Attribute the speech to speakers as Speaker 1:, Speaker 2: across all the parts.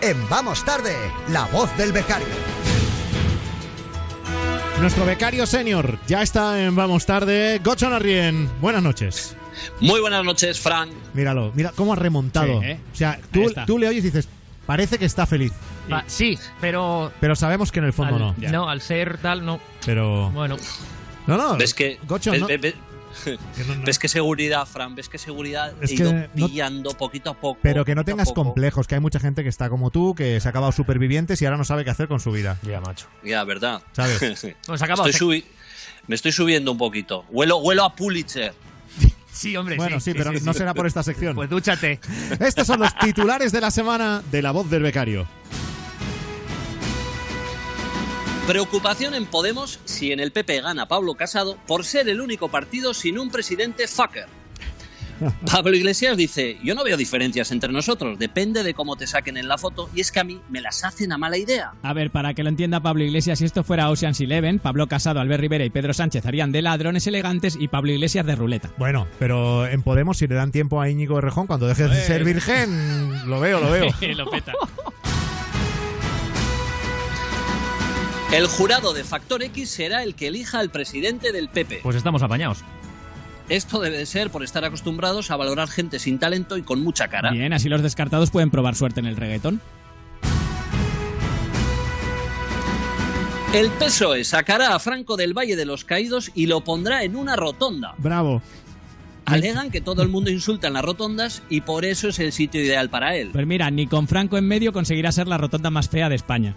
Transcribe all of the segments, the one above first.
Speaker 1: en Vamos Tarde, la voz del becario.
Speaker 2: Nuestro becario senior ya está en Vamos Tarde. Gochon Arrien, buenas noches.
Speaker 3: Muy buenas noches, Frank.
Speaker 2: Míralo, mira cómo ha remontado.
Speaker 4: Sí, ¿eh?
Speaker 2: O sea,
Speaker 4: Ahí
Speaker 2: tú,
Speaker 4: está.
Speaker 2: tú le oyes y dices, parece que está feliz,
Speaker 4: Va, sí, pero.
Speaker 2: pero sabemos que en el fondo
Speaker 4: al-
Speaker 2: no.
Speaker 4: No, al ser tal, no.
Speaker 2: Pero.
Speaker 4: Bueno,
Speaker 2: No, no.
Speaker 3: ¿Ves que,
Speaker 2: Gocho,
Speaker 3: ves,
Speaker 2: no-
Speaker 3: ves- ves-
Speaker 2: que no- no.
Speaker 3: ves que seguridad, Fran? ¿Ves que seguridad
Speaker 2: Es
Speaker 3: he ido
Speaker 2: que no-
Speaker 3: pillando poquito a poco?
Speaker 2: Pero que no
Speaker 3: poquito a
Speaker 2: tengas
Speaker 3: poco.
Speaker 2: complejos, que hay mucha gente que está como tú, que se ha acabado supervivientes y ahora no sabe qué hacer con su vida.
Speaker 5: Ya, macho.
Speaker 3: Ya, ¿verdad?
Speaker 2: ¿Sabes?
Speaker 4: nos acabamos.
Speaker 3: Estoy subi- me estoy subiendo un poquito. Huelo, huelo a Pulitzer.
Speaker 4: Sí, hombre.
Speaker 2: Bueno, sí, pero no será por esta sección.
Speaker 4: Pues dúchate.
Speaker 2: Estos son los titulares de la semana de La Voz del Becario.
Speaker 3: Preocupación en Podemos si en el PP gana Pablo Casado por ser el único partido sin un presidente fucker. Pablo Iglesias dice, yo no veo diferencias entre nosotros, depende de cómo te saquen en la foto y es que a mí me las hacen a mala idea.
Speaker 6: A ver, para que lo entienda Pablo Iglesias, si esto fuera Ocean's Eleven, Pablo Casado, Albert Rivera y Pedro Sánchez harían de ladrones elegantes y Pablo Iglesias de ruleta.
Speaker 2: Bueno, pero en Podemos, si le dan tiempo a Íñigo Errejón cuando deje de ser virgen, lo veo, lo veo.
Speaker 4: lo peta.
Speaker 3: El jurado de Factor X será el que elija al presidente del PP.
Speaker 4: Pues estamos apañados.
Speaker 3: Esto debe de ser por estar acostumbrados a valorar gente sin talento y con mucha cara.
Speaker 6: Bien, así los descartados pueden probar suerte en el reggaetón.
Speaker 3: El PSOE E sacará a Franco del Valle de los Caídos y lo pondrá en una rotonda.
Speaker 2: Bravo.
Speaker 3: Alegan que todo el mundo insulta en las rotondas y por eso es el sitio ideal para él.
Speaker 6: Pues mira, ni con Franco en medio conseguirá ser la rotonda más fea de España.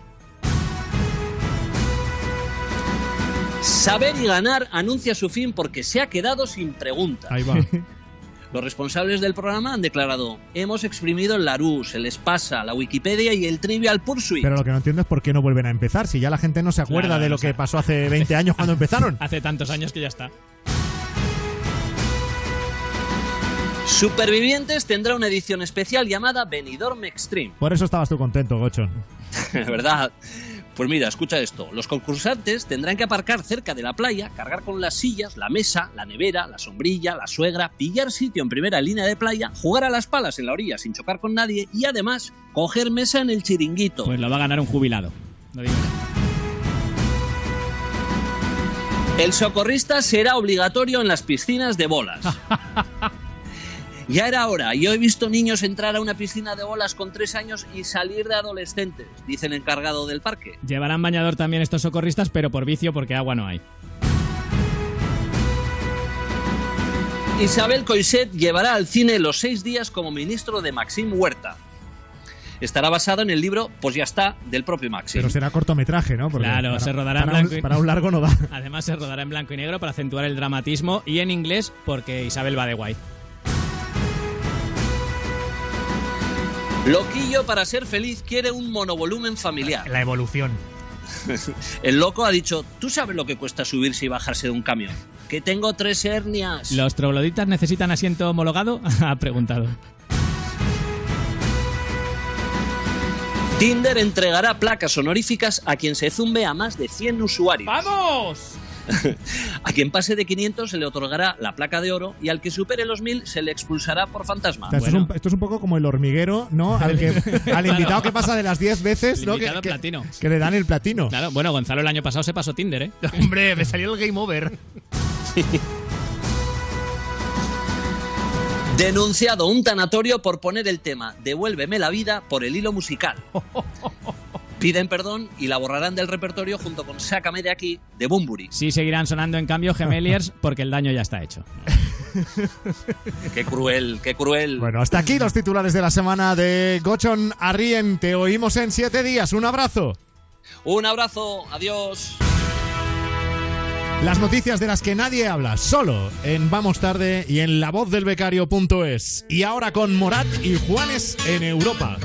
Speaker 3: Saber y ganar anuncia su fin porque se ha quedado sin preguntas.
Speaker 2: Ahí va.
Speaker 3: Los responsables del programa han declarado: hemos exprimido el Larus, el Espasa, la Wikipedia y el Trivial Pursuit.
Speaker 2: Pero lo que no entiendo es por qué no vuelven a empezar, si ya la gente no se acuerda
Speaker 6: Claro,
Speaker 2: de
Speaker 6: no
Speaker 2: lo
Speaker 6: sé.
Speaker 2: que pasó hace 20 años cuando empezaron.
Speaker 6: Hace tantos años que ya está.
Speaker 3: Supervivientes tendrá una edición especial llamada Benidorm Extreme.
Speaker 2: Por eso estabas tú contento, Gochon.
Speaker 3: ¿Verdad? Pues mira, escucha esto. Los concursantes tendrán que aparcar cerca de la playa, cargar con las sillas, la mesa, la nevera, la sombrilla, la suegra, pillar sitio en primera línea de playa, jugar a las palas en la orilla sin chocar con nadie y además coger mesa en el chiringuito.
Speaker 6: Pues lo va a ganar un jubilado. No digo nada.
Speaker 3: El socorrista será obligatorio en las piscinas de bolas. Ya era hora. Yo he visto niños entrar a una piscina de bolas con tres años y salir de adolescentes, dice el encargado del parque.
Speaker 6: Llevarán bañador también estos socorristas, pero por vicio porque agua no hay.
Speaker 3: Isabel Coixet llevará al cine los seis días como ministro de Maxim Huerta. Estará basado en el libro Pues ya está, del propio Maxim.
Speaker 2: Pero será cortometraje, ¿no? Porque
Speaker 6: Claro,
Speaker 2: para-
Speaker 6: se rodará en
Speaker 2: para un,
Speaker 6: blanco y-
Speaker 2: para un largo no da.
Speaker 6: Además se rodará en blanco y negro para acentuar el dramatismo y en inglés porque Isabel va de guay.
Speaker 3: Loquillo para ser feliz quiere un monovolumen familiar.
Speaker 4: La evolución.
Speaker 3: El loco ha dicho, ¿tú sabes lo que cuesta subirse y bajarse de un camión? Que tengo tres hernias.
Speaker 6: ¿Los trogloditas necesitan asiento homologado? ha preguntado.
Speaker 3: Tinder entregará placas honoríficas a quien se zumbe a más de 100 usuarios.
Speaker 4: Ah. ¡Vamos!
Speaker 3: A quien pase de 500 se le otorgará la placa de oro y al que supere los 1000 se le expulsará por
Speaker 6: Ah,
Speaker 3: fantasma.
Speaker 2: O sea, esto, es un, esto es un poco como el hormiguero, ¿no? Al, que, al invitado que pasa de las 10 veces,
Speaker 6: El
Speaker 2: ¿no? Que,
Speaker 6: invitado
Speaker 2: que-
Speaker 6: platino.
Speaker 2: que le dan el platino.
Speaker 6: Claro, bueno, Gonzalo el año pasado se pasó Tinder, ¿eh?
Speaker 4: Hombre, me salió el game over.
Speaker 3: Denunciado un tanatorio por poner el tema Devuélveme la vida por el hilo musical. Piden perdón y la borrarán del repertorio junto con Sácame de aquí de Bumburi.
Speaker 6: Sí seguirán sonando en cambio Gemeliers porque el daño ya está hecho.
Speaker 3: Qué cruel, qué cruel.
Speaker 2: Bueno, hasta aquí los titulares de la semana de Gochon Arrien. Te oímos en 7 días. Un abrazo.
Speaker 3: Un abrazo, adiós.
Speaker 2: Las noticias de las que nadie habla, solo en Vamos Tarde y en lavozdelbecario.es. Y ahora con Morat y Juanes en Europa.